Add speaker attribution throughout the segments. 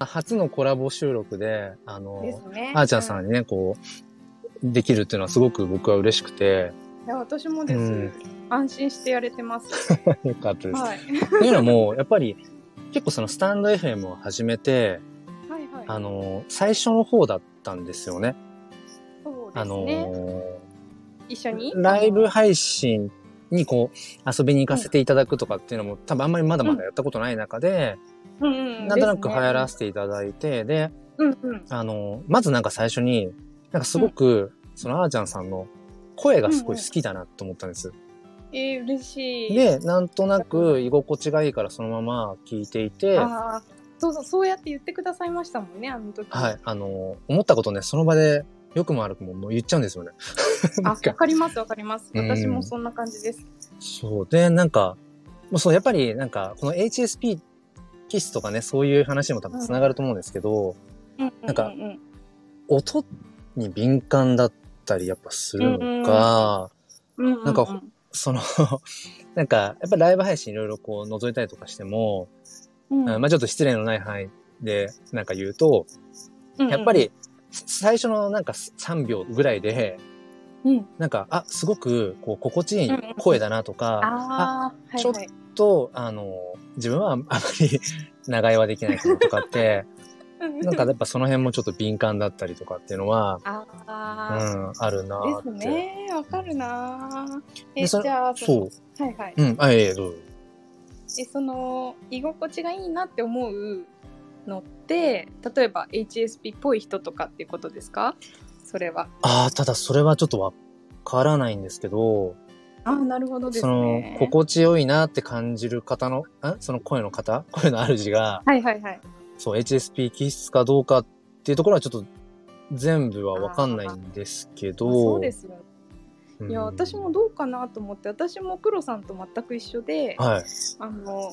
Speaker 1: 初のコラボ収録で、あ
Speaker 2: で
Speaker 1: の
Speaker 2: す、ね。
Speaker 1: あーちゃんさんにね、こう、できるっていうのはすごく僕は嬉しくて、
Speaker 2: うん。いや、私もです。
Speaker 1: うん
Speaker 2: 安心してやれてます。
Speaker 1: よかったです。
Speaker 2: はい。
Speaker 1: というのも、やっぱり、結構そのスタンド FM を始めて、
Speaker 2: はいはい。
Speaker 1: あの、最初の方だったんですよね。
Speaker 2: そうで
Speaker 1: あ
Speaker 2: す
Speaker 1: の、
Speaker 2: ね。一緒に
Speaker 1: ライブ配信にこう、遊びに行かせていただくとかっていうのも、多分あんまりまだまだやったことない中で、
Speaker 2: うんうん。
Speaker 1: なんとなく流行ら
Speaker 2: て。
Speaker 1: せていただいて、で、
Speaker 2: うんうん。
Speaker 1: あの、まずなんか最初に、なんかすごく、そのあーちゃんさんの声がすごい好きだなと思ったんです。
Speaker 2: えー、嬉しい。
Speaker 1: で、なんとなく居心地がいいからそのまま聞いていて、は
Speaker 2: ああ、そうそう、そうやって言ってくださいましたもんね、あの時。
Speaker 1: い、あの、思ったことね、その場で、よくも悪くももう言っちゃうんですよね。
Speaker 2: あ、
Speaker 1: なん
Speaker 2: わ
Speaker 1: か
Speaker 2: かります、わかります。
Speaker 1: うん
Speaker 2: 私もそんな感じです。
Speaker 1: そう。で、なんか、もうそう、やっぱりなんか、この HSP キスとかね、そういう話にも多分繋がると思うんですけど、
Speaker 2: うん
Speaker 1: なんか
Speaker 2: うんうん
Speaker 1: 音に敏感だったりやっぱするのか、
Speaker 2: うんうん、
Speaker 1: なんか
Speaker 2: うう
Speaker 1: その、 なんか、やっぱライブ配信いろいろこう覗いたりとかしても、
Speaker 2: うん
Speaker 1: あまあちょっと失礼のない範囲でなんか言うと、
Speaker 2: うんうん
Speaker 1: やっぱり最初のなんか3秒ぐらいで、
Speaker 2: うん
Speaker 1: なんか、あ、すごくこう心地いい声だなとか、
Speaker 2: ああ、はい
Speaker 1: ちょっ
Speaker 2: はい。
Speaker 1: と、あの、自分はあんまり 長居はできないかなとかって、なんかやっぱその辺もちょっと敏感だったりとかっていうのは、
Speaker 2: あ
Speaker 1: うん、
Speaker 2: あ、
Speaker 1: あるなーって。
Speaker 2: ですね。わかるなー。え、
Speaker 1: でそ
Speaker 2: じゃあ、
Speaker 1: そう。
Speaker 2: う。はいはい。
Speaker 1: うん、あ、いえいえ、どうぞ。
Speaker 2: え、その、居心地がいいなって思うのって、例えば HSP っぽい人とかっていうことですかそれは。
Speaker 1: ああ、ただそれはちょっとわからないんですけど、
Speaker 2: ああ、なるほどです
Speaker 1: その
Speaker 2: ね。、
Speaker 1: 心地よいなって感じる方の、んその声の方 声の主が、
Speaker 2: はいはいはい。
Speaker 1: そう、HSP 気質かどうかっていうところはちょっと全部はわかんないんですけど、
Speaker 2: そうですよね。
Speaker 1: うん。
Speaker 2: いや私もどうかなと思って私も黒さんと全く一緒で、
Speaker 1: はい。
Speaker 2: あの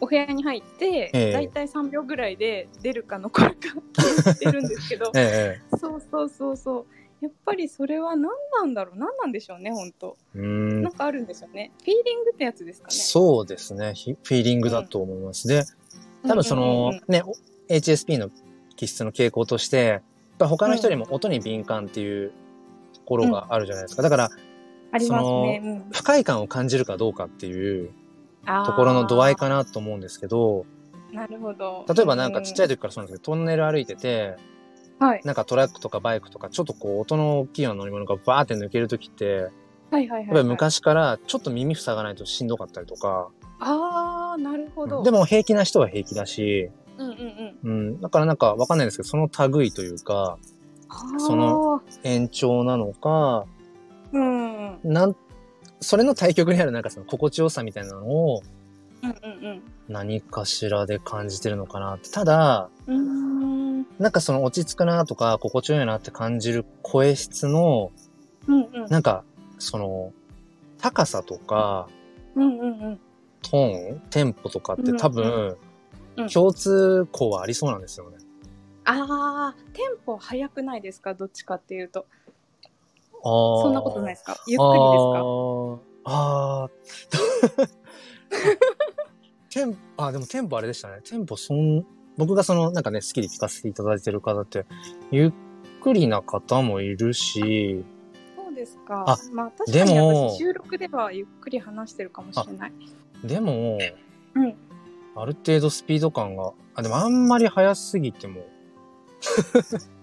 Speaker 2: お部屋に入って、
Speaker 1: ええ
Speaker 2: だいたい3秒ぐらいで出るか残るか決めてるんですけ ど
Speaker 1: え
Speaker 2: そうそうそうそうやっぱりそれは何なんだろう何なんでしょうね本当
Speaker 1: え。うん
Speaker 2: なんかあるんですよねフィーリングってやつですかね
Speaker 1: そうですね。ひフィーリングだと思います。で、多分その、
Speaker 2: うんうんうん
Speaker 1: ね、お HSP の気質の傾向として、やっぱ他の人よりも音に敏感っていうところがあるじゃないですか。だから、
Speaker 2: ありますね、うん、
Speaker 1: 不快感を感じるかどうかっていう
Speaker 2: あー
Speaker 1: ところの度合いかなと思うんですけど、
Speaker 2: なるほど
Speaker 1: 例えばなんかちっちゃい
Speaker 2: 時、
Speaker 1: 時からそうなんですけど、トンネル歩いてて、
Speaker 2: うんはい、
Speaker 1: なんかトラックとかバイクとか、ちょっとこう音の大きいような乗り物がバーって抜ける時って、やっ
Speaker 2: はいはいはいはい
Speaker 1: ぱり昔からちょっと耳塞がないとしんどかったりとか、
Speaker 2: ああなるほど、
Speaker 1: でも平気な人は平気だし、
Speaker 2: うんうんうん
Speaker 1: うん、だからなんかわかんないですけど、その類というか、その延長なのか、
Speaker 2: あーうんうん
Speaker 1: なん、それの対極にあるなんかその心地よさみたいなのを
Speaker 2: うん
Speaker 1: 何かしらで感じてるのかなって。ただ、
Speaker 2: うんうんうーん
Speaker 1: なんかその落ち着くなとか心地よいなって感じる声質の、
Speaker 2: うんうん
Speaker 1: なんかその高さとか
Speaker 2: うんうんうん
Speaker 1: トーン、テンポとかって多分
Speaker 2: うんうん
Speaker 1: 共通項はありそうなんですよね。
Speaker 2: ああ、テンポ早くないですか、どっちかっていうと。
Speaker 1: あー
Speaker 2: そんなことないですか。ゆっくりですか。
Speaker 1: あーあー テンあでもテンポあれでしたねテンポそん僕がそのなんかね好きで聞かせていただいてる方ってゆっくりな方もいるし
Speaker 2: そうですか。
Speaker 1: あ
Speaker 2: まあ、確
Speaker 1: で
Speaker 2: かに
Speaker 1: も
Speaker 2: 私収録ではゆっくり話してるかもしれない。
Speaker 1: でも
Speaker 2: うん。
Speaker 1: ある程度スピード感があでもあんまり速すぎても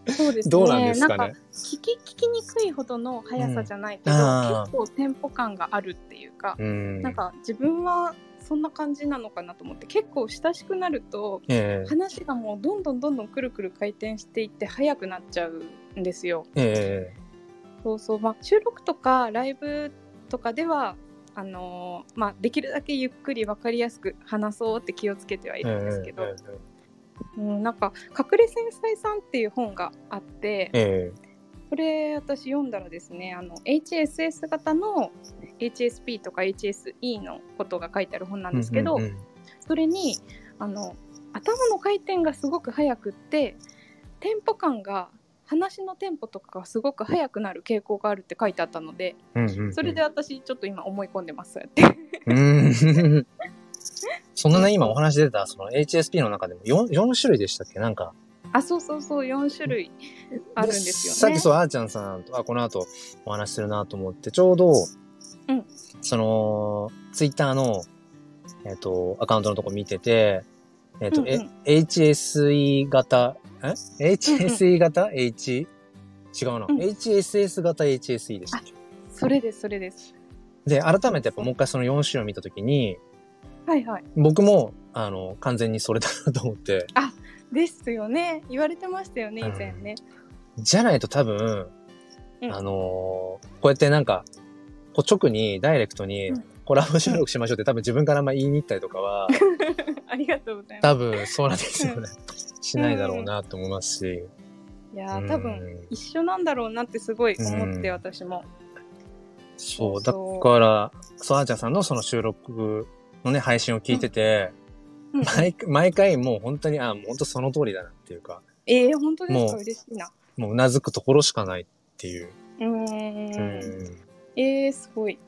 Speaker 2: そうですね。
Speaker 1: どうなんですか
Speaker 2: なん
Speaker 1: ね
Speaker 2: か聞き聞きにくいほどの速さじゃないけ
Speaker 1: う
Speaker 2: ど、
Speaker 1: んあー
Speaker 2: 結構テンポ感があるっていうか、
Speaker 1: うん
Speaker 2: なんか自分はそんな感じなのかなと思って、結構親しくなると
Speaker 1: ええ
Speaker 2: 話がもうどんどんどんどんくるくる回転していって速くなっちゃうんですよ。
Speaker 1: え
Speaker 2: そうそう、まあ、収録とかライブとかではあのーまあ、できるだけゆっくり分かりやすく話そうって気をつけてはい
Speaker 1: え
Speaker 2: るんですけど、
Speaker 1: え
Speaker 2: うん、なんか「隠れ繊細さん」っていう本があって
Speaker 1: ええ
Speaker 2: これ私読んだらですねあの HSS 型の HSP とか HSE のことが書いてある本なん
Speaker 1: え
Speaker 2: ですけど、
Speaker 1: うんうんうん
Speaker 2: それにあの頭の回転がすごく速くってテンポ感が話のテンポとかがすごく速くなる傾向があるって書いてあったので
Speaker 1: うんうんうん
Speaker 2: それで私ちょっと今思い込んでますそうやって。
Speaker 1: うんそんなね、今お話出た、その HSP の中でも 4, 4種類でしたっけなんか。
Speaker 2: あそうそうそう4種類あるんですよね。
Speaker 1: さっきそう、あーちゃんさんと、あ、この後お話しするなと思って、ちょうど、
Speaker 2: うん
Speaker 1: その、ツイッターの、えっ、と、アカウントのとこ見てて、えっ、と、
Speaker 2: うんうん
Speaker 1: え HSE 型、え ?HSE 型、?H? 違うな、
Speaker 2: うん
Speaker 1: HSS 型 HSE でしたっけ
Speaker 2: それですそれです。
Speaker 1: で、改めてやっぱもう一回その4種類を見たときに、
Speaker 2: はいはい。
Speaker 1: 僕も、あの、完全にそれだなと思って、
Speaker 2: ですよね言われてましたよね以前ね。
Speaker 1: じゃないと多分、
Speaker 2: うん
Speaker 1: あのーこうやってなんか、こう直に、ダイレクトに
Speaker 2: うん、
Speaker 1: コラボ収録しましょうって多分自分からあんま言いに行ったりとか は、
Speaker 2: ありがとうございま
Speaker 1: 多分そうなんですよね。しないだろうなと思いますし。
Speaker 2: す。いや
Speaker 1: う
Speaker 2: ー
Speaker 1: ん
Speaker 2: 多分一緒なんだろうなってすごい思って
Speaker 1: うん
Speaker 2: 私も。
Speaker 1: そう、だ
Speaker 2: そう
Speaker 1: から、そう、あーちゃんさんのその収録のね、配信を聞いてて、
Speaker 2: うん
Speaker 1: 毎回毎回もう本当に、あー、もう本当その通りだなっていうか、
Speaker 2: えー、本当です
Speaker 1: も
Speaker 2: か
Speaker 1: う
Speaker 2: 嬉しいな。
Speaker 1: もううなずくところしかないっていう。
Speaker 2: うー。
Speaker 1: うん
Speaker 2: えー、すごい。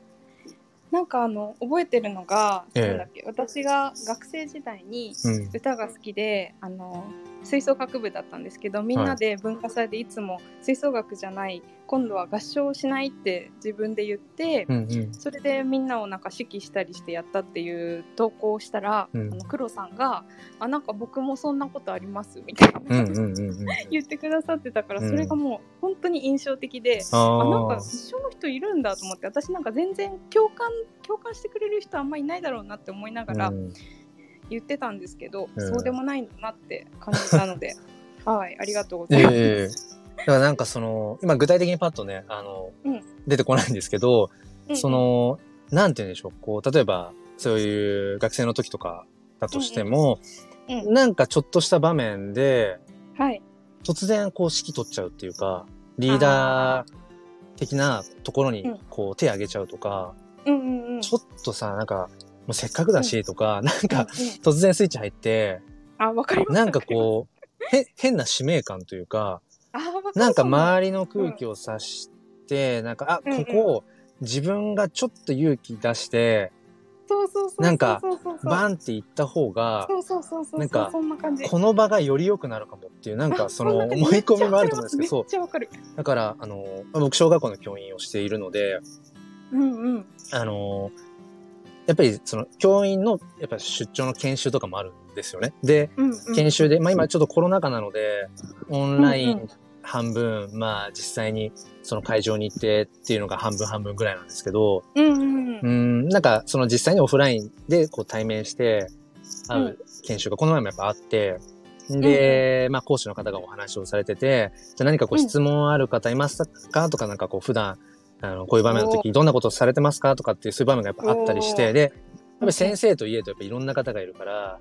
Speaker 2: なんかあの覚えてるのが、
Speaker 1: ええ
Speaker 2: なんだっけ私が学生時代に
Speaker 1: うん
Speaker 2: 歌が好きで、あの吹奏楽部だったんですけどみんなで文化祭でいつも吹奏楽じゃない今度は合唱しないって自分で言って、
Speaker 1: うんうん。
Speaker 2: それでみんなをなんか指揮したりしてやったっていう投稿をしたら、
Speaker 1: うん
Speaker 2: あの黒さんが「あなんか僕もそんなことあります」みたいな、
Speaker 1: うんうんうんうん。
Speaker 2: 言ってくださってたから
Speaker 1: うん
Speaker 2: それがもう本当に印象的で。あなん
Speaker 1: あ
Speaker 2: か
Speaker 1: あ。
Speaker 2: 一緒の人いるんだと思って私なんか全然共感共感してくれる人あんまいないだろうなって思いながら
Speaker 1: うん
Speaker 2: 言ってたんですけど、
Speaker 1: うん
Speaker 2: そうでもないんだなって感じたの ではいありがとうございます。
Speaker 1: ええだからなんかその、今具体的にパッとね、あの、
Speaker 2: うん
Speaker 1: 出てこないんですけど、
Speaker 2: うん
Speaker 1: その、なんて言うんでしょう、こう、例えば、そういう学生の時とかだとしても、
Speaker 2: うんうん
Speaker 1: なんかちょっとした場面で、
Speaker 2: はい
Speaker 1: 突然こう指揮取っちゃうっていうか、リーダー的なところに
Speaker 2: うん
Speaker 1: こう手挙げちゃうとか、
Speaker 2: うんうんうん
Speaker 1: ちょっとさ、なんか、もうせっかくだしとか、なん
Speaker 2: うんう
Speaker 1: か
Speaker 2: ん、
Speaker 1: 突然スイッチ入って、
Speaker 2: あわかります
Speaker 1: なんかこう、へ変な使命感というか、
Speaker 2: あわかります
Speaker 1: なんか周りの空気を察して、なんか、
Speaker 2: うんう
Speaker 1: あ、こ
Speaker 2: ん
Speaker 1: こ、自分がちょっと勇気出して、
Speaker 2: そうそうそう
Speaker 1: なんか
Speaker 2: そうそうそう
Speaker 1: バンって行った方が、
Speaker 2: そうそうそうそう
Speaker 1: なんか
Speaker 2: そんな感じ
Speaker 1: この場がより良くなるかもっていう、なんか
Speaker 2: あ
Speaker 1: その
Speaker 2: んな感じ
Speaker 1: 思い込みもあると思うんですけど、
Speaker 2: め
Speaker 1: そ
Speaker 2: っちゃわかるめっちゃわかる
Speaker 1: う。だから、あの、まあ僕、小学校の教員をしているので、
Speaker 2: うんうん
Speaker 1: あの、やっぱりその教員の、やっぱ出張の研修とかもあるんですよね。で、
Speaker 2: うんうん
Speaker 1: 研修で、まあ今ちょっとコロナ禍なので、オンライン半分、まあ実際にその会場に行ってっていうのが半分半分ぐらいなんですけど、
Speaker 2: うんうん
Speaker 1: うーん、なんか、その実際にオフラインでこう対面して会
Speaker 2: う
Speaker 1: うん研修がこの前もやっぱあって、で、まあ講師の方がお話をされてて、じゃあ何かこう質問ある方いますかとかなんかこう普段、あの、こういう場面の時どんなことをされてますかとかっていうそういう場面がやっぱあったりし
Speaker 2: お
Speaker 1: て、
Speaker 2: ー
Speaker 1: で、やっぱり先生といえどやっぱいろんな方がいるから、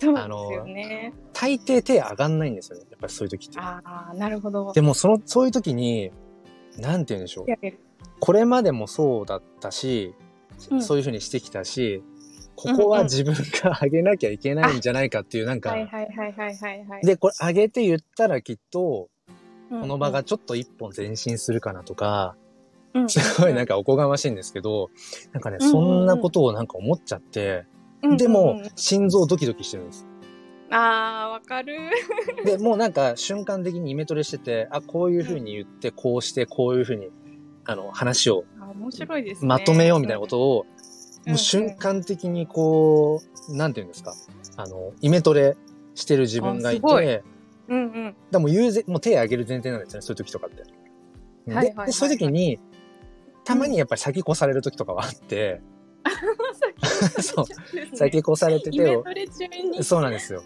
Speaker 2: そうですよね
Speaker 1: 大抵手上がんないんですよね。やっぱりそういう時って。
Speaker 2: ああなるほど
Speaker 1: でもその、そういう時に、なんて言うんでしょう。
Speaker 2: やれる
Speaker 1: これまでもそうだったし、
Speaker 2: うん
Speaker 1: そういうふうにしてきたし、ここは自分が上げなきゃいけないんじゃないかっていう、なんか、
Speaker 2: はいはいはいはいはいはい
Speaker 1: で、これ上げて言ったらきっと、
Speaker 2: こ
Speaker 1: この場がちょっと一本前進するかなとか、
Speaker 2: す
Speaker 1: すごいなんかおこがましいんですけど、なんかね、そんなことをなんか思っちゃって、でも、心臓ドキドキしてるんです。
Speaker 2: あーわかる
Speaker 1: で、もうなんか瞬間的にイメトレしてて、あ、こういうふうに言って、こうして、こういうふうに、あの、話を
Speaker 2: あ面白いですね
Speaker 1: まとめようみたいなことを、
Speaker 2: うん
Speaker 1: もう瞬間的にこう、なんていうんですか、あの、イメトレしてる自分がい
Speaker 2: あすごい
Speaker 1: て、
Speaker 2: うんうん
Speaker 1: だもう言うぜ、もう手挙げる前提なんですよね、そういう時とかって。で
Speaker 2: はいはいはいはい
Speaker 1: でそういう時に、たまにやっぱり先越される時とかはあって、 そう、先越されて
Speaker 2: イ
Speaker 1: 手
Speaker 2: ベン
Speaker 1: を
Speaker 2: ト、レ中 に
Speaker 1: そうなんですよ。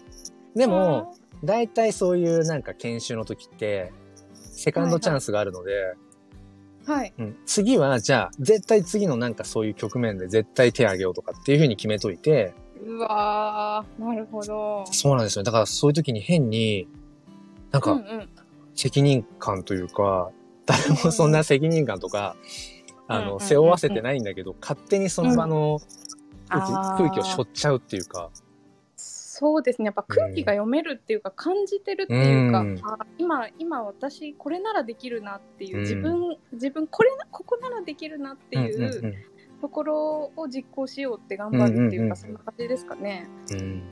Speaker 1: でも、大体そういうなんか研修の時って、セカンドチャンスがあるので、
Speaker 2: あーはい
Speaker 1: うん、次はじゃあ、絶対次のなんかそういう局面で絶対手挙げようとかっていうふうに決めといて、
Speaker 2: うわーなるほど
Speaker 1: そうなんですよ。だからそういう時に変に、なん
Speaker 2: うん
Speaker 1: か
Speaker 2: うん
Speaker 1: 責任感というか、誰もそんな責任感とか、
Speaker 2: うん
Speaker 1: あ
Speaker 2: うんうんう
Speaker 1: の、
Speaker 2: ん
Speaker 1: 背負わせてないんだけど、勝手にその場の空気,、
Speaker 2: あー
Speaker 1: 空気を背負っちゃうっていうか、
Speaker 2: そうですねやっぱ空気が読めるっていうか、感じてるっていうか、
Speaker 1: うん
Speaker 2: あ今今私これならできるなっていう、
Speaker 1: うん
Speaker 2: 自分自分これなここならできるなっていう、
Speaker 1: うんうんうん
Speaker 2: ところを実行しようって頑張るって
Speaker 1: う
Speaker 2: いうか、
Speaker 1: んうんうん
Speaker 2: そんな感じですかね。
Speaker 1: うん。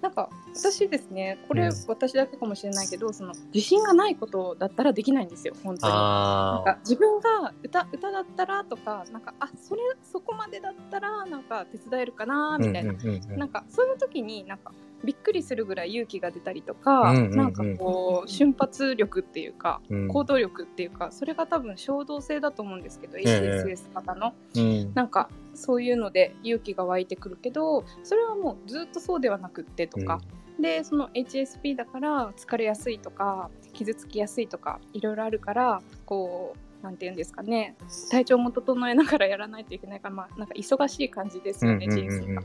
Speaker 2: なんか私ですねこ
Speaker 1: う
Speaker 2: れ
Speaker 1: ん
Speaker 2: 私だけかもしれないけど、その自信がないことだったらできないんですよ本当に。なん
Speaker 1: ああ。
Speaker 2: か自分が歌歌だったらとかなんかあそれそこまでだったらなんか手伝えるかなみたいな、
Speaker 1: うんうんうんうん
Speaker 2: なんかそういう時になんかびっくりするぐらい勇気が出たりとか、
Speaker 1: うんうんうん
Speaker 2: なんかこう瞬発力っていうか
Speaker 1: うん
Speaker 2: 行動力っていうかそれが多分衝動性だと思うんですけど、
Speaker 1: え
Speaker 2: HSS 型の
Speaker 1: うん
Speaker 2: なんかそういうので勇気が湧いてくるけどそれはもうずっとそうではなくってとか、でその HSP だから疲れやすいとか傷つきやすいとかいろいろあるからこうなんて言うんですかね体調も整えながらやらないといけないから、まあ、なんか忙しい感じですよね、
Speaker 1: うんうんうんうん
Speaker 2: 人生が。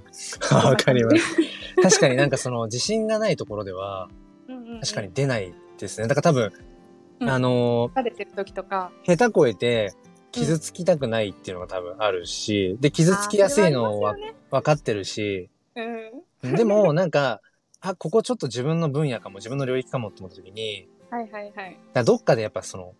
Speaker 1: うん わかります。確かになんかその自信がないところでは、
Speaker 2: うんうんうん
Speaker 1: 確かに出ないですね。だから多分、
Speaker 2: うん
Speaker 1: あのー、
Speaker 2: 疲れてる時とか
Speaker 1: 下手こえて、傷つきたくないっていうのが多分あるし、で、傷つきやすいのは
Speaker 2: あーそれはあり
Speaker 1: 分かってるし、
Speaker 2: ますよね
Speaker 1: でも なんか、あ、ここちょっと自分の分野かも、自分の領域かもって思った時に、
Speaker 2: うん、はいはいはい
Speaker 1: だからどっかでやっぱその、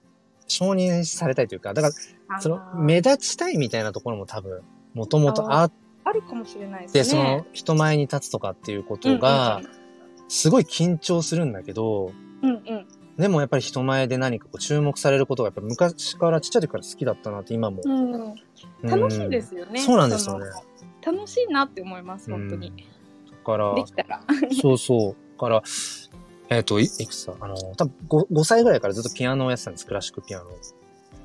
Speaker 1: 承認されたいというか、だか
Speaker 2: あ
Speaker 1: ら
Speaker 2: ー
Speaker 1: その、目立ちたいみたいなところも多分、もともとあっ
Speaker 2: あるかもしれないです
Speaker 1: て、
Speaker 2: ね。
Speaker 1: その、人前に立つとかっていうことが、すごい緊張するんだけど、
Speaker 2: うんうんうん、うんうん
Speaker 1: でもやっぱり人前で何かこう注目されることがやっぱ昔からちっちゃい時から好きだったなって今も。
Speaker 2: うん楽しいで
Speaker 1: よ。
Speaker 2: すよね。
Speaker 1: そうなんですよね
Speaker 2: その。楽しいなって思います、本当に。
Speaker 1: だから、
Speaker 2: できたら。
Speaker 1: そうそう。から、えっ、と、いいくつだあの、多分 5, 5歳ぐらいからずっとピアノをやってたんです、クラシックピアノを。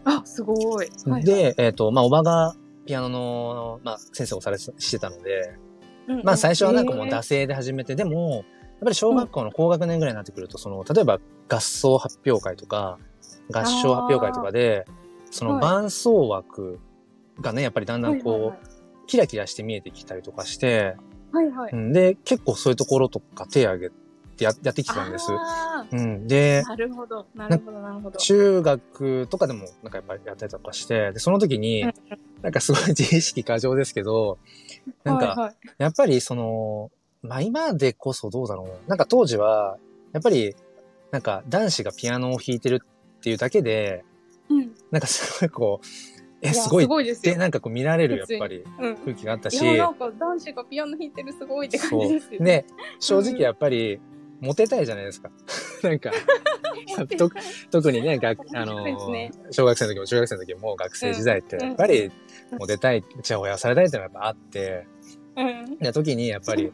Speaker 2: あ、すごい。はい、
Speaker 1: で、えっ、と、まあ、おばがピアノの、まあ、先生をされしてたので、
Speaker 2: うんうん、
Speaker 1: まあ、最初はなんかもう
Speaker 2: えー
Speaker 1: 惰性で始めて、でも、やっぱり小学校の高学年ぐらいになってくると、その、例えば合奏発表会とか、合唱発表会とかで、その
Speaker 2: はい
Speaker 1: 伴奏枠がね、やっぱりだんだんこう、キラキラして見えてきたりとかして、
Speaker 2: はいはいはい、はいはい
Speaker 1: うんで、結構そういうところとか手挙げてややってきてたんです。
Speaker 2: あ
Speaker 1: うん、で
Speaker 2: ー、なるほど、なるほど、なるほど。
Speaker 1: 中学とかでもなんかやっぱりやったりとかして、で、その時に
Speaker 2: うんうん、
Speaker 1: なんかすごい自意識過剰ですけど、なん
Speaker 2: はい
Speaker 1: か、
Speaker 2: はい、
Speaker 1: やっぱりその、まあ今でこそどうだろう。なんか当時は、やっぱり、なんか男子がピアノを弾いてるっていうだけで、
Speaker 2: うん、い
Speaker 1: なんかすごいこう、え、
Speaker 2: や
Speaker 1: すごいっ
Speaker 2: すごいです
Speaker 1: て
Speaker 2: よ。
Speaker 1: なんかこう見られるやっぱり
Speaker 2: うん、
Speaker 1: 空気があった
Speaker 2: い
Speaker 1: し、
Speaker 2: やなんか男子がピアノ弾いてるすごいって感じですよね。
Speaker 1: で、正直やっぱり、モテたいじゃないですか。 なんか、と特にね、学、あの
Speaker 2: そうですね、
Speaker 1: 小学生の時も中学生の時も学生時代って、
Speaker 2: うん
Speaker 1: やっぱり、モテたい、ちやほやされたいっていうのがやっぱあって、
Speaker 2: うん、
Speaker 1: で、時にやっぱり、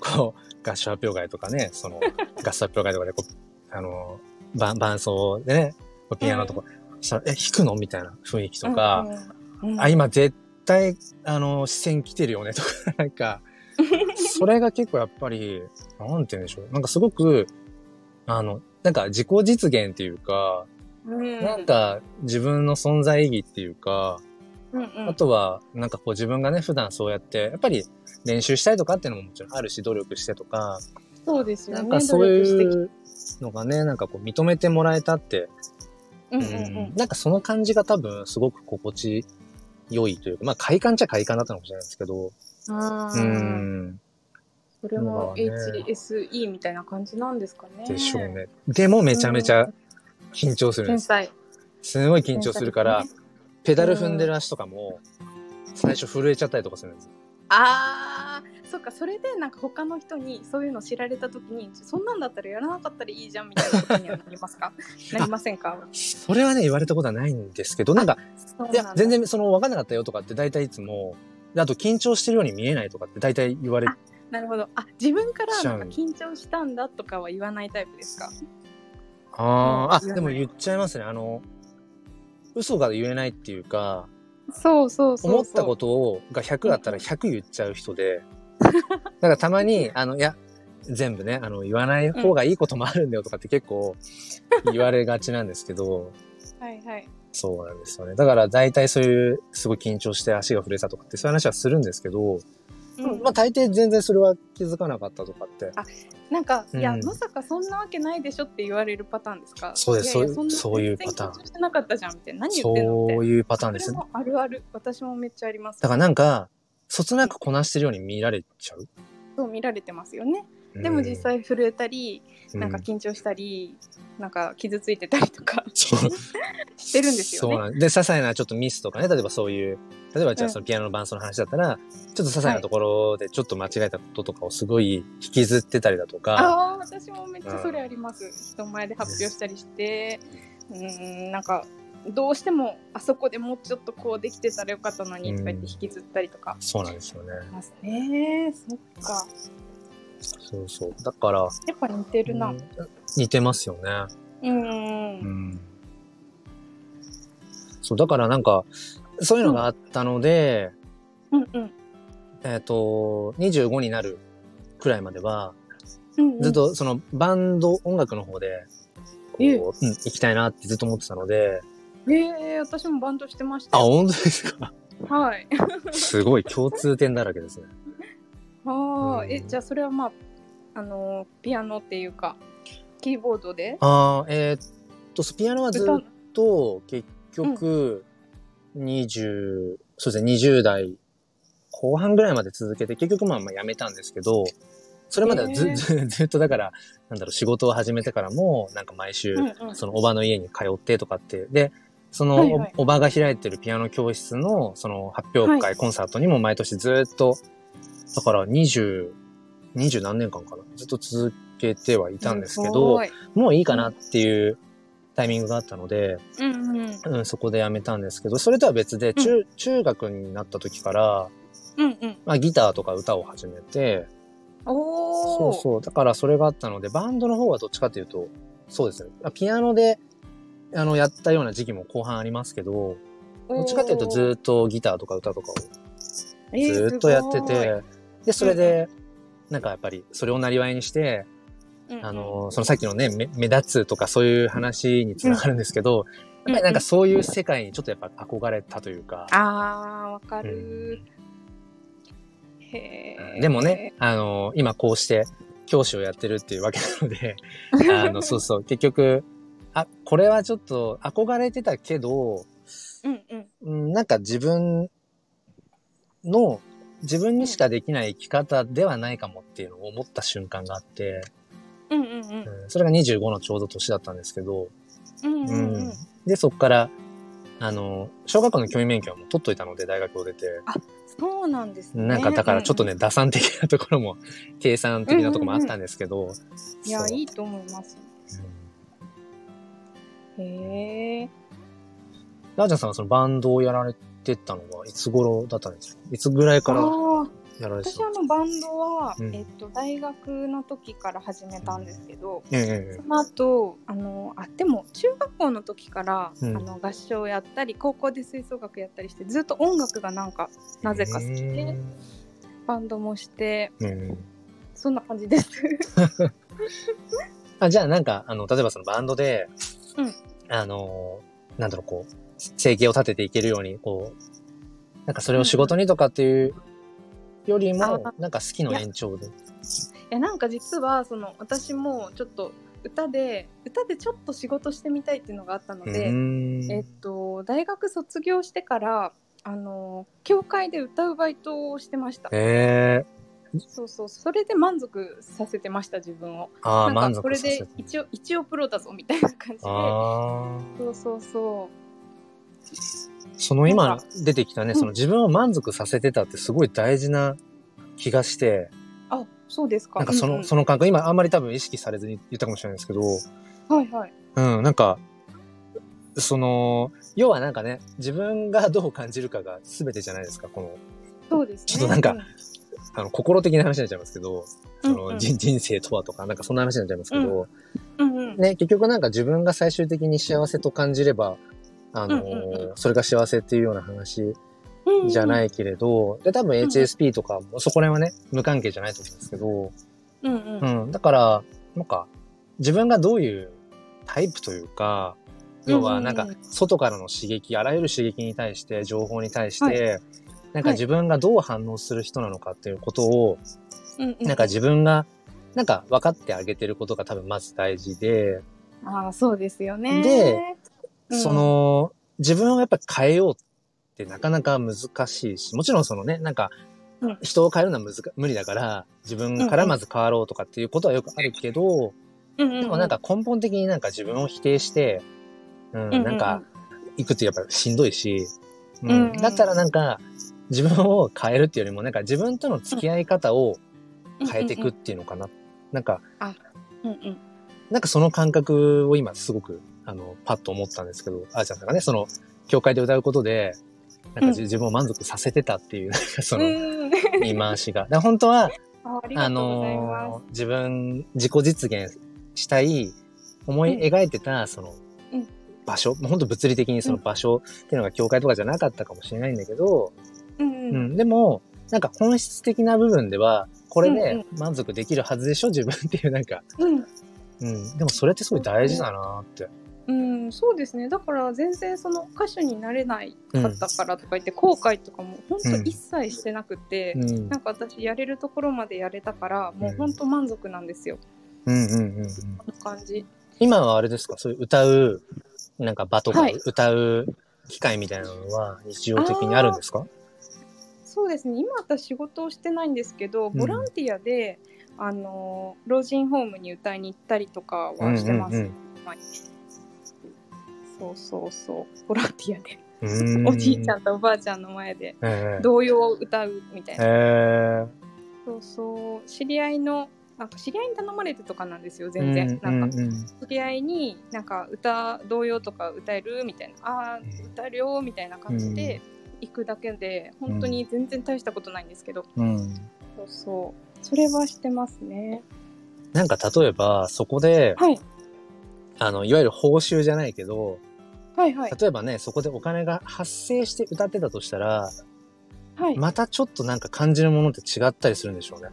Speaker 1: こう、合唱発表会とかね、 その、合奏発表会とかで、こう、あの、伴伴奏でね、こうピアノとか、そしたらえ、弾くのみたいな雰囲気とか、
Speaker 2: うん、うん、
Speaker 1: あ、今絶対、あの、視線来てるよねとか、 なんか、それが結構やっぱり、なんて言うんでしょう。なんかすごく、あの、なんか自己実現っていうか、
Speaker 2: うん、
Speaker 1: なん、か自分の存在意義っていうか、
Speaker 2: うんうん、
Speaker 1: あとは、なんかこう自分がね、普段そうやって、やっぱり練習したいとかっていうのももちろんあるし、努力してとか、
Speaker 2: そうですよね。
Speaker 1: なんかそう
Speaker 2: 努
Speaker 1: い
Speaker 2: 力して
Speaker 1: うのがね、なんかこう認めてもらえたって、
Speaker 2: きうん
Speaker 1: う
Speaker 2: うんうん
Speaker 1: ん、なんかその感じが多分すごく心地良いというか、まあ快感っちゃ快感だったのかもしれないですけど、
Speaker 2: あ
Speaker 1: う
Speaker 2: ー
Speaker 1: ん、
Speaker 2: それも
Speaker 1: そうだね
Speaker 2: HSE みたいな感じなんですかね。
Speaker 1: でしょうね。でもめちゃめちゃ緊張するん
Speaker 2: 天
Speaker 1: です。
Speaker 2: 才。
Speaker 1: すごい緊張するから
Speaker 2: 天才、ですね。
Speaker 1: ペダル踏んでる足とかも、最初震えちゃったりとかするんです。
Speaker 2: ああ、そっか、それでなんか他の人にそういうの知られたときに、そんなんだったらやらなかったらいいじゃんみたいなことにはなりま すかなりませんか
Speaker 1: それはね、言われたことはないんですけど、なんか、
Speaker 2: そうなん
Speaker 1: い
Speaker 2: だ
Speaker 1: や、全然その分かんなかったよとかって大体いつも、であと緊張してるように見えないとかって大体言われる。
Speaker 2: なるほど。あ、自分からなんか
Speaker 1: し
Speaker 2: 緊張したんだとかは言わないタイプですか
Speaker 1: ああー、
Speaker 2: うん
Speaker 1: あ、でも言っちゃいますね。あの、嘘が言えないっていうか、
Speaker 2: そうそうそうそう。
Speaker 1: 思ったことをが100だったら100言っちゃう人で、だからたまに、あの、いや、全部ね、あの、言わない方がいいこともあるんだよとかって結構言われがちなんですけど、
Speaker 2: はいはい。
Speaker 1: そうなんですよね。だから大体そういう、すごい緊張して足が震えたとかってそういう話はするんですけど、
Speaker 2: うん
Speaker 1: まあ大抵全然それは気づかなかったとかって。
Speaker 2: なんか、
Speaker 1: うん
Speaker 2: いや、まさかそんなわけないでしょって言われるパターンですか
Speaker 1: そうです
Speaker 2: いやいや
Speaker 1: そういう
Speaker 2: そんな
Speaker 1: そういうパターン
Speaker 2: 全然緊張してなかったじゃんみたいな。何言ってんのって
Speaker 1: そういうパターンです
Speaker 2: それ
Speaker 1: ね。
Speaker 2: もあるある私もめっちゃあります
Speaker 1: だからなんか、そつなくこなしてるように見られちゃう。
Speaker 2: そう見られてますよね、でも実際震えたり、なんか緊張したり、なんか傷ついてたりとか
Speaker 1: そう
Speaker 2: してるんですよね
Speaker 1: そうなんで、些細なちょっとミスとかね、例えばそういう、例えばじゃあ
Speaker 2: うん
Speaker 1: そのピアノの伴奏の話だったら、ちょっと些細なところでちょっと間違えたこととかをすごい引きずってたりだとか、
Speaker 2: ああー私もめっちゃそれあります人前で発表したりしてうーんなんかどうしてもあそこでもうちょっとこうできてたらよかったのにとか言って引きずったりとか
Speaker 1: そうなんですよね。
Speaker 2: しますねそっか
Speaker 1: そうそう。だから、
Speaker 2: やっぱ似てるな
Speaker 1: うん似てますよね。
Speaker 2: うん
Speaker 1: うん。そう、だからなんか、そういうのがあったので、
Speaker 2: うんうん
Speaker 1: えっ、と、25になるくらいまでは、
Speaker 2: うんうん
Speaker 1: ずっとそのバンド音楽の方で、こう、
Speaker 2: ええ
Speaker 1: うん、行きたいなってずっと思ってたので、
Speaker 2: ええ私もバンドしてました
Speaker 1: あ、
Speaker 2: よ
Speaker 1: 本当ですか
Speaker 2: はい
Speaker 1: すごい共通点だらけですね。
Speaker 2: ああ
Speaker 1: う
Speaker 2: え
Speaker 1: ん
Speaker 2: じゃあそれはまああのーピアノっていうかキーボードで
Speaker 1: あーえーっと、スピアノはず
Speaker 2: 歌
Speaker 1: っ
Speaker 2: う
Speaker 1: と結局、20、そうですね、20代後半ぐらいまで続けて、結局まあまあやめたんですけど、それまではず,、
Speaker 2: へー
Speaker 1: ず ずっとだから、なんだろう、仕事を始めてからも、なんか毎週、
Speaker 2: うんうん
Speaker 1: そのおばの家に通ってとかって、で、その、
Speaker 2: はいはい
Speaker 1: おおばが開いてるピアノ教室の、その発表会、
Speaker 2: はい
Speaker 1: コンサートにも毎年ずっと、だから20、20何年間かな、ずっと続けてはいたんですけど、
Speaker 2: ごい
Speaker 1: もういいかなっていうタイミングがあったので、
Speaker 2: うんうん
Speaker 1: うん、そこでやめたんですけど、それとは別で、中、中学になった時から、
Speaker 2: うんうん
Speaker 1: まあギターとか歌を始めて、
Speaker 2: お
Speaker 1: そ
Speaker 2: お
Speaker 1: うそう。だからそれがあったので、バンドの方はどっちかというと、そうですね。あピアノで、あの、やったような時期も後半ありますけど、どっちかというとずっとギターとか歌とかをずっとやってて、で、それで、なんかやっぱりそれをなりわいにして、あの、そのさっきのね、め目立つとかそういう話につながるんですけど、やっぱりなんかそういう世界にちょっとやっぱ憧れたというか、
Speaker 2: あーわか
Speaker 1: う
Speaker 2: る
Speaker 1: ん、
Speaker 2: へえ
Speaker 1: でもね、あの、今こうして教師をやってるっていうわけなの で、あの、そうそう、結局、あ、これはちょっと憧れてたけど、
Speaker 2: うんうん
Speaker 1: うんなんか自分の、自分にしかできない生き方ではないかもっていうのを思った瞬間があって、
Speaker 2: うんうん
Speaker 1: うんそれが25のちょうど年だったんですけど、
Speaker 2: うんうんうんう
Speaker 1: うん
Speaker 2: ん
Speaker 1: で、そこから、あの、小学校の教員免許はもう取っといたので、大学を出て、
Speaker 2: そうなんですね
Speaker 1: なんかだからちょっとね、打算的なところも、 計算的なところもあ
Speaker 2: うんうんうん
Speaker 1: ったんですけど、
Speaker 2: うんいや
Speaker 1: そう
Speaker 2: いいと思いますへえ
Speaker 1: ラージャンさんはそのバンドをやられてたのはいつ頃だったんですかいつぐらい
Speaker 2: あ
Speaker 1: から
Speaker 2: ー
Speaker 1: やられて
Speaker 2: 私
Speaker 1: た
Speaker 2: あ
Speaker 1: んです
Speaker 2: のバンドは、
Speaker 1: うん
Speaker 2: えっと、大学の時から始めたんですけど、
Speaker 1: えええ
Speaker 2: その後あのあでも中学校の時から、
Speaker 1: うん
Speaker 2: あの合唱やったり高校で吹奏楽やったりしてずっと音楽がなんか
Speaker 1: え
Speaker 2: なぜか好きで、
Speaker 1: うん
Speaker 2: バンドもして
Speaker 1: うん
Speaker 2: そんな感じです。
Speaker 1: あじゃあなんか、あの、例えばそのバンドで、
Speaker 2: うん
Speaker 1: あの、なんだろう、こう、生計を立てていけるように、こう、なんかそれを仕事にとかっていうよりも、
Speaker 2: あ
Speaker 1: なんか好きの延長で。
Speaker 2: いやなんか実はその私もちょっと歌で歌でちょっと仕事してみたいっていうのがあったので、
Speaker 1: うん
Speaker 2: えっと、大学卒業してからあの教会で歌うバイトをしてました。
Speaker 1: ええ
Speaker 2: そうそうそれで満足させてました自分を。
Speaker 1: ああ、
Speaker 2: な
Speaker 1: 満
Speaker 2: ん
Speaker 1: 足
Speaker 2: かこれ
Speaker 1: させ
Speaker 2: で
Speaker 1: て。
Speaker 2: 一応一応プロだぞみたいな感じで。
Speaker 1: ああ。
Speaker 2: そうそうそ
Speaker 1: その今
Speaker 2: なんか
Speaker 1: 出てきたね、
Speaker 2: うん
Speaker 1: その自分を満足させてたってすごい大事な気がして、
Speaker 2: う。あそうですか。
Speaker 1: なんかその、
Speaker 2: うう
Speaker 1: その感覚、今あんまり多分意識されずに言ったかもしれないですけど、
Speaker 2: はいはい。
Speaker 1: うん、なんか、その、要はなんかね、自分がどう感じるかが全てじゃないですか、この、
Speaker 2: そうですね。
Speaker 1: ちょっとなんかあの、心的な話になっちゃいますけど、
Speaker 2: うん、
Speaker 1: あ
Speaker 2: うんう
Speaker 1: の
Speaker 2: ん
Speaker 1: 人人生とはとか、なんかそんな話になっちゃいますけど、
Speaker 2: うんうん
Speaker 1: ね、結局なんか自分が最終的に幸せと感じれば、あのー
Speaker 2: うんうんう
Speaker 1: それが幸せっていうような話
Speaker 2: うんうん
Speaker 1: じゃないけれど、で、多分 HSP とかも、そこら辺はね、無関係じゃないと思うんですけど、
Speaker 2: うんうん
Speaker 1: うん、だから、なんか、自分がどういうタイプというか、要はなん
Speaker 2: う
Speaker 1: か
Speaker 2: んうん、
Speaker 1: 外からの刺激、あらゆる刺激に対して、情報に対して、
Speaker 2: は
Speaker 1: なん
Speaker 2: は
Speaker 1: か
Speaker 2: い
Speaker 1: 自分がどう反応する人なのかっていうことを、
Speaker 2: うんうん
Speaker 1: なんか自分が、なんか分かってあげてることが多分まず大事で、
Speaker 2: ああそうですよね。
Speaker 1: で、
Speaker 2: うん
Speaker 1: その、自分をやっぱり変えようってなかなか難しいし、もちろんそのね、なんか、
Speaker 2: うん
Speaker 1: 人を変えるのは難か無理だから、自分からまず変わろうとかっていうことはよくあるけど、
Speaker 2: うんうんう
Speaker 1: でもなんか根本的になんか自分を否定して、うん、
Speaker 2: うう
Speaker 1: なんか、行くってやっぱしんどいし、うん
Speaker 2: うんうん
Speaker 1: だったらなんか自分を変えるっていうよりもなんか自分との付き合い方を変えていくっ。ていうのかな。なんか、
Speaker 2: うんうんうん
Speaker 1: なんかその感覚を今すごく、あの、パッと思ったんですけど、あーちゃんさんがね、その、教会で歌うことで、なんか
Speaker 2: うん
Speaker 1: 自自分を満足させてたっていう、なん かそ
Speaker 2: うんう
Speaker 1: の、
Speaker 2: んうん。
Speaker 1: 言い回しが。だから本当は、
Speaker 2: ああり
Speaker 1: あ
Speaker 2: がとうございます。
Speaker 1: のー自分、自己実現したい、思い描いてた、その
Speaker 2: うん、
Speaker 1: 場所、もう本当物理的にその場所っていうのが教会とかじゃなかったかもしれないんだけど、
Speaker 2: うん
Speaker 1: う
Speaker 2: うん
Speaker 1: ん、でも、なんか本質的な部分では、これ
Speaker 2: うん
Speaker 1: で満足できるはずでしょ、自分っていう、なんか、
Speaker 2: うん
Speaker 1: うん、でもそれってすごい大事だなって。
Speaker 2: うん、そうですねだから全然その歌手になれないかったからとか言って、後悔とかも本当一切してなくて、
Speaker 1: うん、うん
Speaker 2: なんか私やれるところまでやれたからもう本当満足なんですよ、
Speaker 1: うんうんうん。
Speaker 2: この感じ
Speaker 1: 今はあれですか、そういう歌う、なんか場とか
Speaker 2: はい
Speaker 1: 歌う機会みたいなのは日常的にあるんですか
Speaker 2: そうですね今私仕事をしてないんですけど
Speaker 1: ん
Speaker 2: ボランティアで、あの老人ホームに歌いに行ったりとかはしてます、
Speaker 1: うんうん
Speaker 2: はいそうそうそうボランティアで、
Speaker 1: うん
Speaker 2: おじいちゃんとおばあちゃんの前で
Speaker 1: え
Speaker 2: 童謡を歌うみたい
Speaker 1: え
Speaker 2: な
Speaker 1: え
Speaker 2: そうそう知り合いのなんか知り合いに頼まれてとかなんですよ
Speaker 1: え
Speaker 2: 全然、
Speaker 1: うん
Speaker 2: なんか
Speaker 1: うんうん
Speaker 2: 知り合いになんか歌童謡とか歌えるみたいなあー
Speaker 1: うん
Speaker 2: 歌えるよみたいな感じで行くだけで、本当に全然大したことないんですけど、
Speaker 1: うん、
Speaker 2: そうそうそれはしてますね
Speaker 1: なんか例えばそこで、
Speaker 2: はい
Speaker 1: あのいわゆる報酬じゃないけど
Speaker 2: はいはい
Speaker 1: 例えばねそこでお金が発生して歌ってたとしたら
Speaker 2: はい、
Speaker 1: またちょっとなんか感じるものって違ったりするんでしょうね。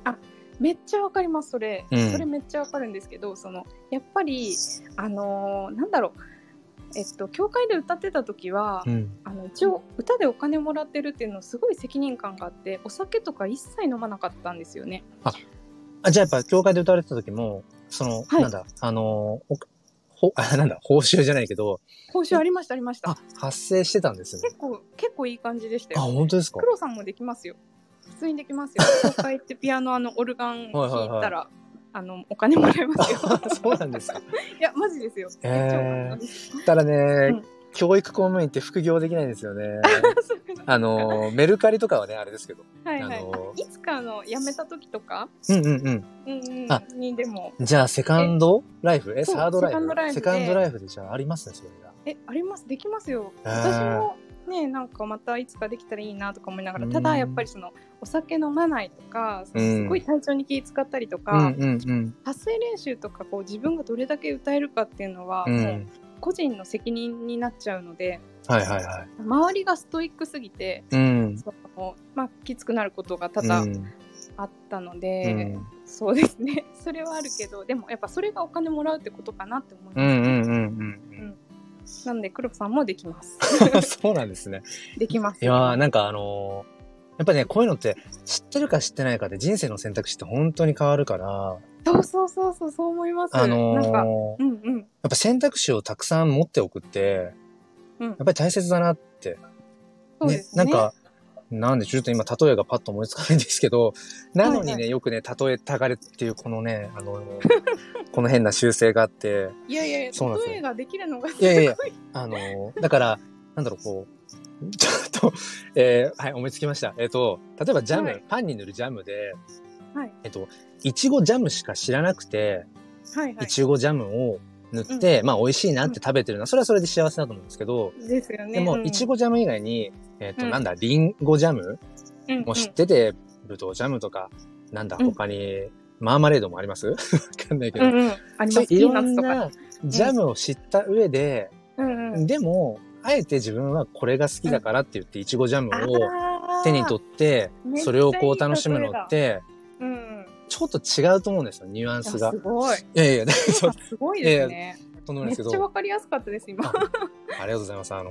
Speaker 2: めっちゃわかりますそれ、
Speaker 1: うん
Speaker 2: それめっちゃわかるんですけどそのやっぱりあのーなんだろうえっと教会で歌ってた時は、
Speaker 1: うん
Speaker 2: あの一応歌でお金もらってるっていうのすごい責任感があってお酒とか一切飲まなかったんですよね。
Speaker 1: あじゃあやっぱ教会で歌われてた時もその、
Speaker 2: はい
Speaker 1: なんだあのおほあなんだ報酬じゃないけど
Speaker 2: 報酬ありましたありました
Speaker 1: あ。発生してたんですね
Speaker 2: 結。構結構いい感じでした
Speaker 1: あ
Speaker 2: よ。
Speaker 1: 本当です か
Speaker 2: クロさんもできますよ。普通にできますよ。教会ってピアノあのオルガン弾いたら。あのお金もらえますよ
Speaker 1: そうなんですか。
Speaker 2: いやマジですよ、
Speaker 1: へー
Speaker 2: めっちゃお金なんです
Speaker 1: ただね、
Speaker 2: うん
Speaker 1: 教育公務員って副業できないんですよ ね。あのメルカリとかはねあれですけど。
Speaker 2: はいはい、
Speaker 1: あの
Speaker 2: いつかあの辞めた時とか、
Speaker 1: うんうんうん。
Speaker 2: うんうん
Speaker 1: あ、
Speaker 2: にでも
Speaker 1: じゃあ、セカンドライフえ、
Speaker 2: そう
Speaker 1: サードライフ
Speaker 2: セカンドライフで
Speaker 1: セカンドライフで、じゃあ、ありますね、それが。
Speaker 2: えありますできますよ
Speaker 1: へー
Speaker 2: 私もねなんかまたいつかできたらいいなとか思いながら
Speaker 1: うん
Speaker 2: ただやっぱりそのお酒飲まないとかその
Speaker 1: うん
Speaker 2: すごい体調に気使ったりとか、
Speaker 1: うんうん
Speaker 2: 発声練習とかこう自分がどれだけ歌えるかっていうのは、
Speaker 1: うん。う。
Speaker 2: もうん個人の責任になっちゃうので
Speaker 1: はいはいはい。
Speaker 2: 周りがストイックすぎて
Speaker 1: うん。
Speaker 2: その、まあ、きつくなることが多々
Speaker 1: うん
Speaker 2: あったの
Speaker 1: う
Speaker 2: で、
Speaker 1: ん
Speaker 2: そうですね それはあるけどでもやっぱそれがお金もらうってことかなって思い
Speaker 1: うんう
Speaker 2: ます、
Speaker 1: んうん
Speaker 2: なんで黒さんもできます
Speaker 1: うん。そうなんですね。
Speaker 2: できます
Speaker 1: いやー、なんかあのーやっぱね、こういうのって知ってるか知ってないかで人生の選択肢って本当に変わるから、
Speaker 2: そうそうそうそうそう思います。
Speaker 1: あのー
Speaker 2: なんか、
Speaker 1: や
Speaker 2: うんうん
Speaker 1: っぱ選択肢をたくさん持っておくって、
Speaker 2: うん
Speaker 1: やっぱり大切だなって。
Speaker 2: そうですね。
Speaker 1: なんか、なんでちょっと今例えがパッと思いつかないんですけど、なのにね、
Speaker 2: はい
Speaker 1: よくね、例えたがれっていうこのね、あの、この変な修正があって、
Speaker 2: いやいやいや
Speaker 1: そうなんですよ
Speaker 2: 例えができるのがすごい
Speaker 1: いやいやいやあの、だから、なんだろう、こう、ちょっと、えーはい、思いつきました。えっ、と、例えばジャム、
Speaker 2: はい
Speaker 1: パンに塗るジャムで、
Speaker 2: はい
Speaker 1: えっ、と、いちごジャムしか知らなくて、
Speaker 2: はいはいい
Speaker 1: ちごジャムを塗って、まあ、美味しいなって食べてるのは、それはそれで幸せだと思うんですけど、
Speaker 2: ですよね。
Speaker 1: でも、
Speaker 2: うん
Speaker 1: いちごジャム以外に、えっ、と、
Speaker 2: うん
Speaker 1: なんだ、りんごジャム、
Speaker 2: うんうん
Speaker 1: もう知ってて、ぶどうジャムとか、なんだ、
Speaker 2: うん
Speaker 1: 他に、マーマレードもあります わかんないけ
Speaker 2: う
Speaker 1: ど。
Speaker 2: んうんあり
Speaker 1: そう
Speaker 2: ます。
Speaker 1: い
Speaker 2: ピー
Speaker 1: ろ
Speaker 2: ナッ
Speaker 1: ん
Speaker 2: ツとか。
Speaker 1: なジャムを知った上で、
Speaker 2: うんうん。
Speaker 1: でも、あえて自分はこれが好きだからって言って、いちごジャムを手に取って
Speaker 2: めっちゃい、い
Speaker 1: それをこう楽しむのって、
Speaker 2: って。うん。
Speaker 1: ちょっと違うと思うんですよ、ニュアン
Speaker 2: いや
Speaker 1: ス
Speaker 2: す
Speaker 1: が。
Speaker 2: ごい。
Speaker 1: いや いや、 そ
Speaker 2: 黒
Speaker 1: う、
Speaker 2: さんすごいですね。
Speaker 1: とんでもな
Speaker 2: め
Speaker 1: い
Speaker 2: っ
Speaker 1: です
Speaker 2: ち
Speaker 1: け
Speaker 2: ゃ
Speaker 1: ど、
Speaker 2: わかりやすかったです今。
Speaker 1: ありがとうございます。あの、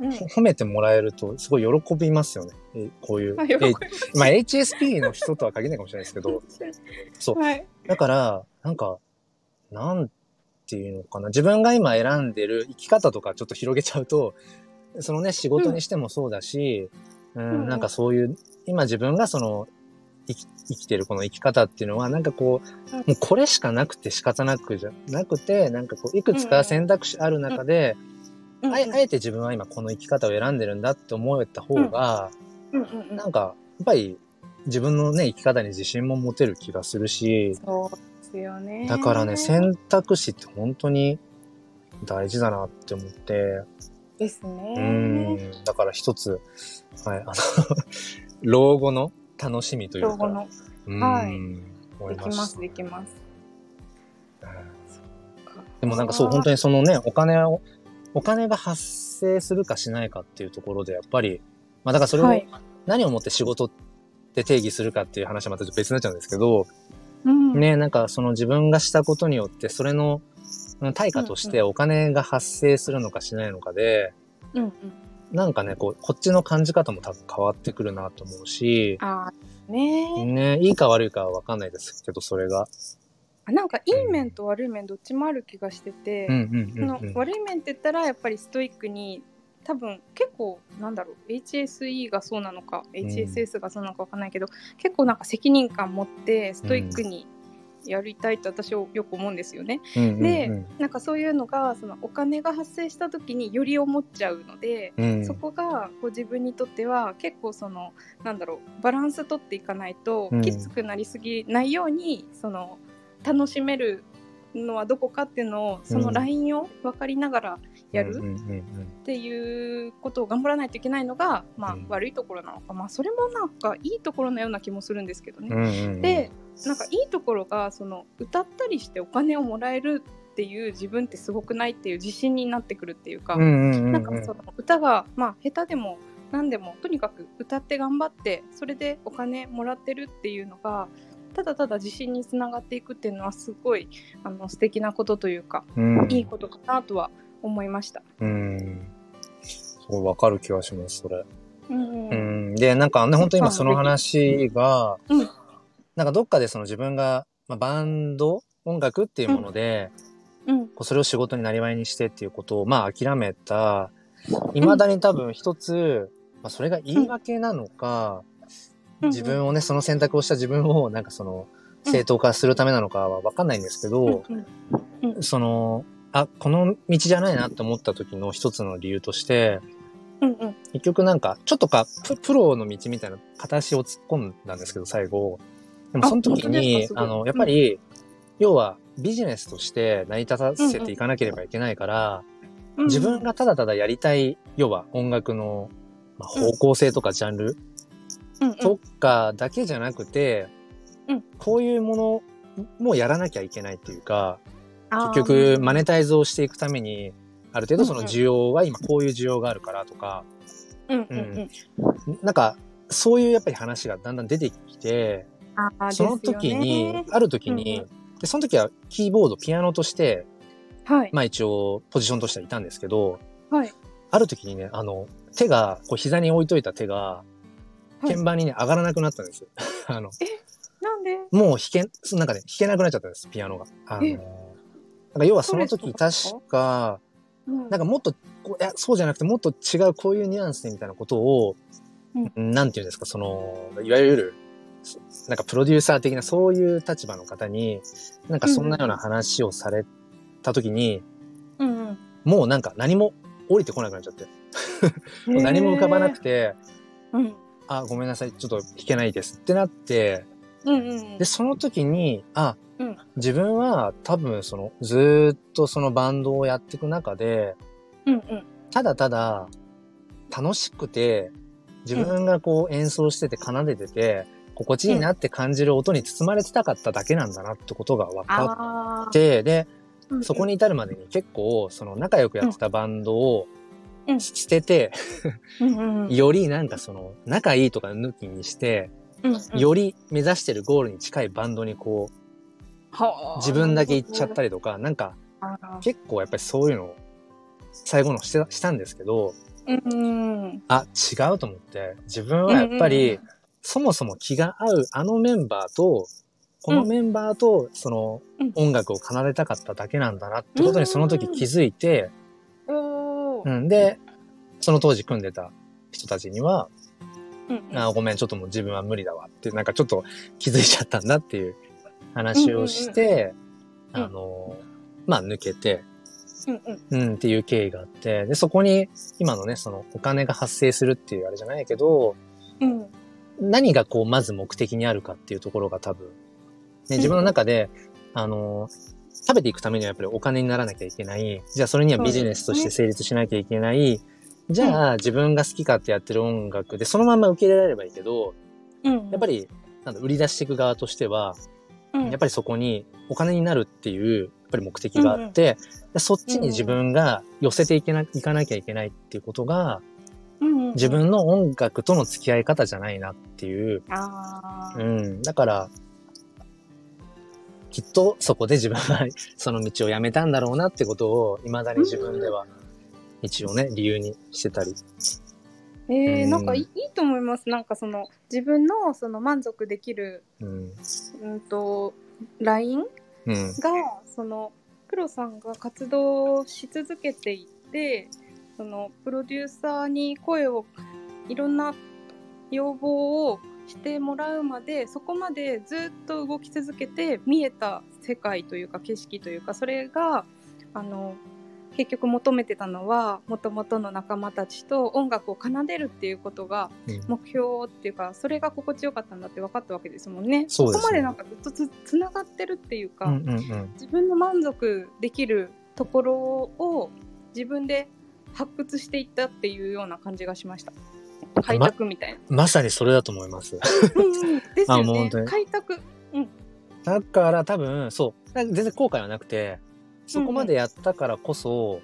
Speaker 2: うん
Speaker 1: ほ褒めてもらえると、すごい喜びますよね。えこういう。
Speaker 2: まあ喜び
Speaker 1: えまあ、HSP の人とは限らないかもしれないですけど、 そう、
Speaker 2: はい。
Speaker 1: だから、なんか、なんていうのかな。自分が今選んでる生き方とかちょっと広げちゃうと、そのね、仕事にしてもそうだし、うん
Speaker 2: うん
Speaker 1: なんかそういう、今自分がその、生き生きてるこの生き方っていうのは、なんかこう、もうこれしかなくて仕方なくじゃなくて、なんかこう、いくつか選択肢ある中で、
Speaker 2: うん
Speaker 1: あえあえて自分は今この生き方を選んでるんだって思えた方が、
Speaker 2: うんうんうん
Speaker 1: なんか、やっぱり自分のね、生き方に自信も持てる気がするし、
Speaker 2: そうですよね。
Speaker 1: だからね、選択肢って本当に大事だなって思って、
Speaker 2: です
Speaker 1: う
Speaker 2: ね。
Speaker 1: ん、だから一つ、はい、あの、 老後の楽しみという
Speaker 2: 老
Speaker 1: か、
Speaker 2: 後の
Speaker 1: うん、
Speaker 2: はい
Speaker 1: 思
Speaker 2: で
Speaker 1: い
Speaker 2: き
Speaker 1: ま
Speaker 2: ま
Speaker 1: し
Speaker 2: すできます。
Speaker 1: た。うんでもなんかそう、本当
Speaker 2: に
Speaker 1: にそのね、お金を、お金が発生するかしないかっていうところで、やっぱり、まあだからそれを、
Speaker 2: はい
Speaker 1: 何をもって仕事って定義するかっていう話はまたちょっと別になっちゃうんですけど、
Speaker 2: うん
Speaker 1: ね、なんかその自分がしたことによって、それのうん対価としてお金が発生するのかしないのかで、
Speaker 2: うんうん
Speaker 1: なんかね、こう、こっちの感じ方も多分変わってくるなと思うし、
Speaker 2: あーね
Speaker 1: ね、いいか悪いかはわかんないですけど、それが。
Speaker 2: あなんかいい面と悪い面どっちもある気がしてて、
Speaker 1: うんうん
Speaker 2: そ
Speaker 1: うん、
Speaker 2: の
Speaker 1: うん。
Speaker 2: 悪い面って言ったらやっぱりストイックに多分結構なんだろう HSE がそうなのか HSS がそうなのかわかんないけど、結構なんか責任感持ってストイックにやりたいって私はよく思うんですよね。
Speaker 1: うんうん
Speaker 2: でなんかそういうのがそのお金が発生した時により思っちゃうので。
Speaker 1: うんうん
Speaker 2: そこがこう自分にとっては結構そのなんだろうバランス取っていかないと
Speaker 1: うん
Speaker 2: きつくなりすぎないように、その楽しめるのはどこかっていうのをそのラインを分かりながらや
Speaker 1: うん
Speaker 2: る
Speaker 1: うんうんうん
Speaker 2: っていうことを頑張らないといけないのが、まあ
Speaker 1: うん、
Speaker 2: 悪いところなのか、まあ、それもなんかいいところのような気もするんですけどね。
Speaker 1: うんうんうん
Speaker 2: でなんかいいところがその歌ったりしてお金をもらえるっていう自分ってすごくないっていう自信になってくるっていうか。
Speaker 1: うんうんうんうん、
Speaker 2: なんかその歌が、まあ、下手でも何でもとにかく歌って頑張ってそれでお金もらってるっていうのがただただ自信につながっていくっていうのはすごいあの素敵なことというか
Speaker 1: うん
Speaker 2: いいことかなとは思いました。
Speaker 1: うん。すごいわかる気がします、それ。
Speaker 2: うんう
Speaker 1: うんん。で、なんかね、本当に今その話が、
Speaker 2: うん
Speaker 1: なんかどっかでその自分が、まあ、バンド、音楽っていうもので、
Speaker 2: うん
Speaker 1: こうそれを仕事になりわいにしてっていうことを、まあ諦めた、未だに多分一つ、まあそれが言い訳なのか、
Speaker 2: うん
Speaker 1: 自分をね、その選択をした自分を、なんかその、正当化するためなのかはわかんないんですけど、
Speaker 2: うん
Speaker 1: その、あ、この道じゃないなって思った時の一つの理由として、
Speaker 2: うんうん
Speaker 1: 結局なんか、ちょっとかプ、プロの道みたいな形を突っ込んだんですけど、最後。でも
Speaker 2: あ
Speaker 1: その時に
Speaker 2: 本当で、すかすご
Speaker 1: あ
Speaker 2: い
Speaker 1: の、やっぱり、要はビジネスとして成り立たせていかなければいけないから、
Speaker 2: うん
Speaker 1: 自分がただただやりたい、要は音楽の、まあ
Speaker 2: うん
Speaker 1: 方向性とかジャンル
Speaker 2: うんうん
Speaker 1: とかだけじゃなくて、
Speaker 2: うん
Speaker 1: こういうものもやらなきゃいけないっていうか、
Speaker 2: あー
Speaker 1: 結局マネタイズをしていくためにある程度その需要は今こういう需要があるからとか、
Speaker 2: うんうんうん
Speaker 1: なんかそういうやっぱり話がだんだん出てきて、
Speaker 2: あー
Speaker 1: その時
Speaker 2: ですよ
Speaker 1: に
Speaker 2: ね、
Speaker 1: ある時に、
Speaker 2: うん
Speaker 1: で、その時はキーボード、ピアノとして、
Speaker 2: はい
Speaker 1: まあ一応ポジションとしてはいたんですけど、
Speaker 2: はい
Speaker 1: ある時にね、あの、手が、こう膝に置いといた手が、
Speaker 2: はい
Speaker 1: 鍵盤にね、上がらなくなったんです。 あの、
Speaker 2: なんで
Speaker 1: もう弾け、そのなんかね、弾けなくなっちゃったんです、ピアノが。あの、
Speaker 2: え
Speaker 1: なんか要はその
Speaker 2: スト
Speaker 1: 時
Speaker 2: レスとかですか
Speaker 1: 確か、
Speaker 2: な
Speaker 1: なんかもっとこう、いや、そうじゃなくて、もっと違う、こういうニュアンスでみたいなことを、なんていうんですか、その、いわゆる、そなんかプロデューサー的な、そういう立場の方に、なんかそんなような話をされた時に、
Speaker 2: うん
Speaker 1: もうなんか何も降りてこなくなっちゃって、
Speaker 2: うん
Speaker 1: もう何も浮かばなくて、
Speaker 2: うん
Speaker 1: あ、ごめんなさい、ちょっと弾けないですってなって、
Speaker 2: うんうん
Speaker 1: で、その時に、あ、
Speaker 2: うん
Speaker 1: 自分は多分その、ずーっとそのバンドをやっていく中で、
Speaker 2: うんうん
Speaker 1: ただただ楽しくて、自分がこう演奏してて奏でてて、心地いいなって感じる音に包まれてたかっただけなんだなってことが分か
Speaker 2: あ
Speaker 1: って、で、
Speaker 2: ー
Speaker 1: そこに至るまでに結構、その仲良くやってたバンドを
Speaker 2: うん
Speaker 1: 捨てて、
Speaker 2: うんうんうん
Speaker 1: よりなんかその仲いいとか抜きにして、
Speaker 2: うんうん
Speaker 1: より目指してるゴールに近いバンドにこう、
Speaker 2: はあ
Speaker 1: 自分だけ行っちゃったりとか、なんか
Speaker 2: あー
Speaker 1: 結構やっぱりそういうのを最後のしてしたんですけど、
Speaker 2: うん
Speaker 1: あ、違うと思って、自分はやっぱり、
Speaker 2: うんうん
Speaker 1: そもそも気が合うあのメンバーと、このメンバーと、その
Speaker 2: うん、
Speaker 1: 音楽を奏でたかっただけなんだなってことにその時気づいて、
Speaker 2: おー
Speaker 1: うん、で、その当時組んでた人たちには、
Speaker 2: うんうん
Speaker 1: あーごめん、ちょっともう自分は無理だわって、なんかちょっと気づいちゃったんだっていう話をして、
Speaker 2: うんうんうん
Speaker 1: あのー、まあ抜けて、
Speaker 2: うんうん
Speaker 1: うんっていう経緯があって、で、そこに今のね、そのお金が発生するっていうあれじゃないけど、
Speaker 2: うん
Speaker 1: 何がこう、まず目的にあるかっていうところが多分、ね、自分の中で、あのー、食べていくためにはやっぱりお金にならなきゃいけない。じゃあそれにはビジネスとして成立しなきゃいけない。じゃあ自分が好き勝手やってる音楽でそのまま受け入れられればいいけど、
Speaker 2: うん
Speaker 1: やっぱり、なんだ、売り出していく側としては、やっぱりそこにお金になるっていう、やっぱり目的があって、でそっちに自分が寄せていけな、いかなきゃいけないっていうことが、
Speaker 2: り
Speaker 1: 自分の音楽との付き合い方じゃないなっていう。
Speaker 2: あ
Speaker 1: う
Speaker 2: ー
Speaker 1: ん。だから、きっとそこで自分は その道をやめたんだろうなってことを、未だに自分では、一応ね、理由にしてたり。
Speaker 2: え
Speaker 1: う
Speaker 2: ー
Speaker 1: ん
Speaker 2: なんかいいいいと思いますなんかその自分のその満足できる
Speaker 1: うん。
Speaker 2: うんとライン
Speaker 1: うん。
Speaker 2: がその黒さんが活動し続けていてそのプロデューサーに声をいろんな要望をしてもらうまでそこまでずっと動き続けて見えた世界というか景色というかそれがあの結局求めてたのはもともとの仲間たちと音楽を奏でるっていうことが
Speaker 1: うん
Speaker 2: 目標っていうかそれが心地よかったんだって分かったわけですもんね。
Speaker 1: そうですね
Speaker 2: こまでなんかずっとつつながってるっていうか、
Speaker 1: うんうんうん。
Speaker 2: 自分の満足できるところを自分で発掘していったっていうような感じがしました。開拓みたいな。
Speaker 1: まさにそれだと思います。
Speaker 2: うんうんですよ
Speaker 1: あもう
Speaker 2: ね
Speaker 1: 本当。に
Speaker 2: 開拓。
Speaker 1: だから多分、そう、全然後悔はなくて、そこまでやったからこそ、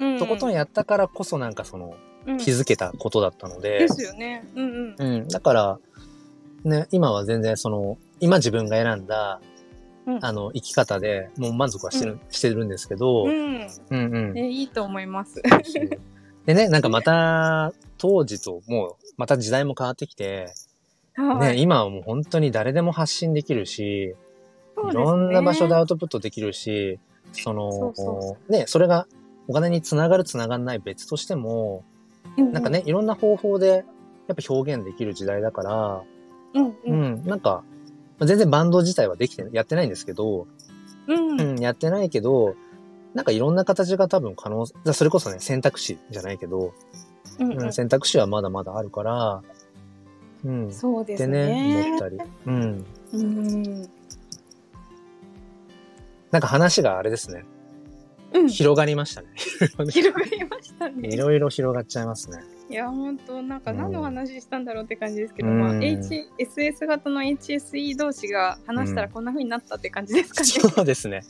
Speaker 2: うんうん
Speaker 1: とことんやったからこそなんかその、
Speaker 2: うん
Speaker 1: 気づけたことだったので
Speaker 2: で、すよね。うんうん。
Speaker 1: うん、だから、ね、今は全然その、今自分が選んだ、
Speaker 2: うん
Speaker 1: あの、生き方でもう満足はしてる、してるんですけど、
Speaker 2: う
Speaker 1: うん
Speaker 2: ん、
Speaker 1: うん。
Speaker 2: えいいと思います。
Speaker 1: そう でね、なんかまた、当時ともう、また時代も変わってきて、
Speaker 2: は
Speaker 1: ね、
Speaker 2: い、
Speaker 1: 今はもう本当に誰でも発信できるし、
Speaker 2: そ
Speaker 1: い
Speaker 2: うですね
Speaker 1: ろんな場所でアウトプットできるし、その、
Speaker 2: そうそ
Speaker 1: ね、それがお金につながるつながらない別としても、
Speaker 2: うう
Speaker 1: なんかね、、いろんな方法でやっぱ表現できる時代だから、
Speaker 2: うんう
Speaker 1: うんん、なんか、まあ全然バンド自体はできて、やってないんですけど、
Speaker 2: うん、
Speaker 1: うん、やってないけど、なんかいろんな形が多分可能、だそれこそね、選択肢じゃないけど、
Speaker 2: うん
Speaker 1: う
Speaker 2: うん
Speaker 1: ん、選択肢はまだまだあるから、うん、っ
Speaker 2: そうで
Speaker 1: て
Speaker 2: す
Speaker 1: ね、
Speaker 2: ね
Speaker 1: 思ったり。うん。
Speaker 2: うん
Speaker 1: なんか話があれですね、
Speaker 2: うん、広
Speaker 1: 広がりましたね。
Speaker 2: がりましたね。
Speaker 1: いろいろ広がっちゃいますね。
Speaker 2: いや本当なんか
Speaker 1: うん
Speaker 2: 何の話したんだろうって感じですけど、まあ
Speaker 1: うん
Speaker 2: HSS 型の HSE 同士が話したら
Speaker 1: うん
Speaker 2: こんな風になったって感じですかね。
Speaker 1: そうですね。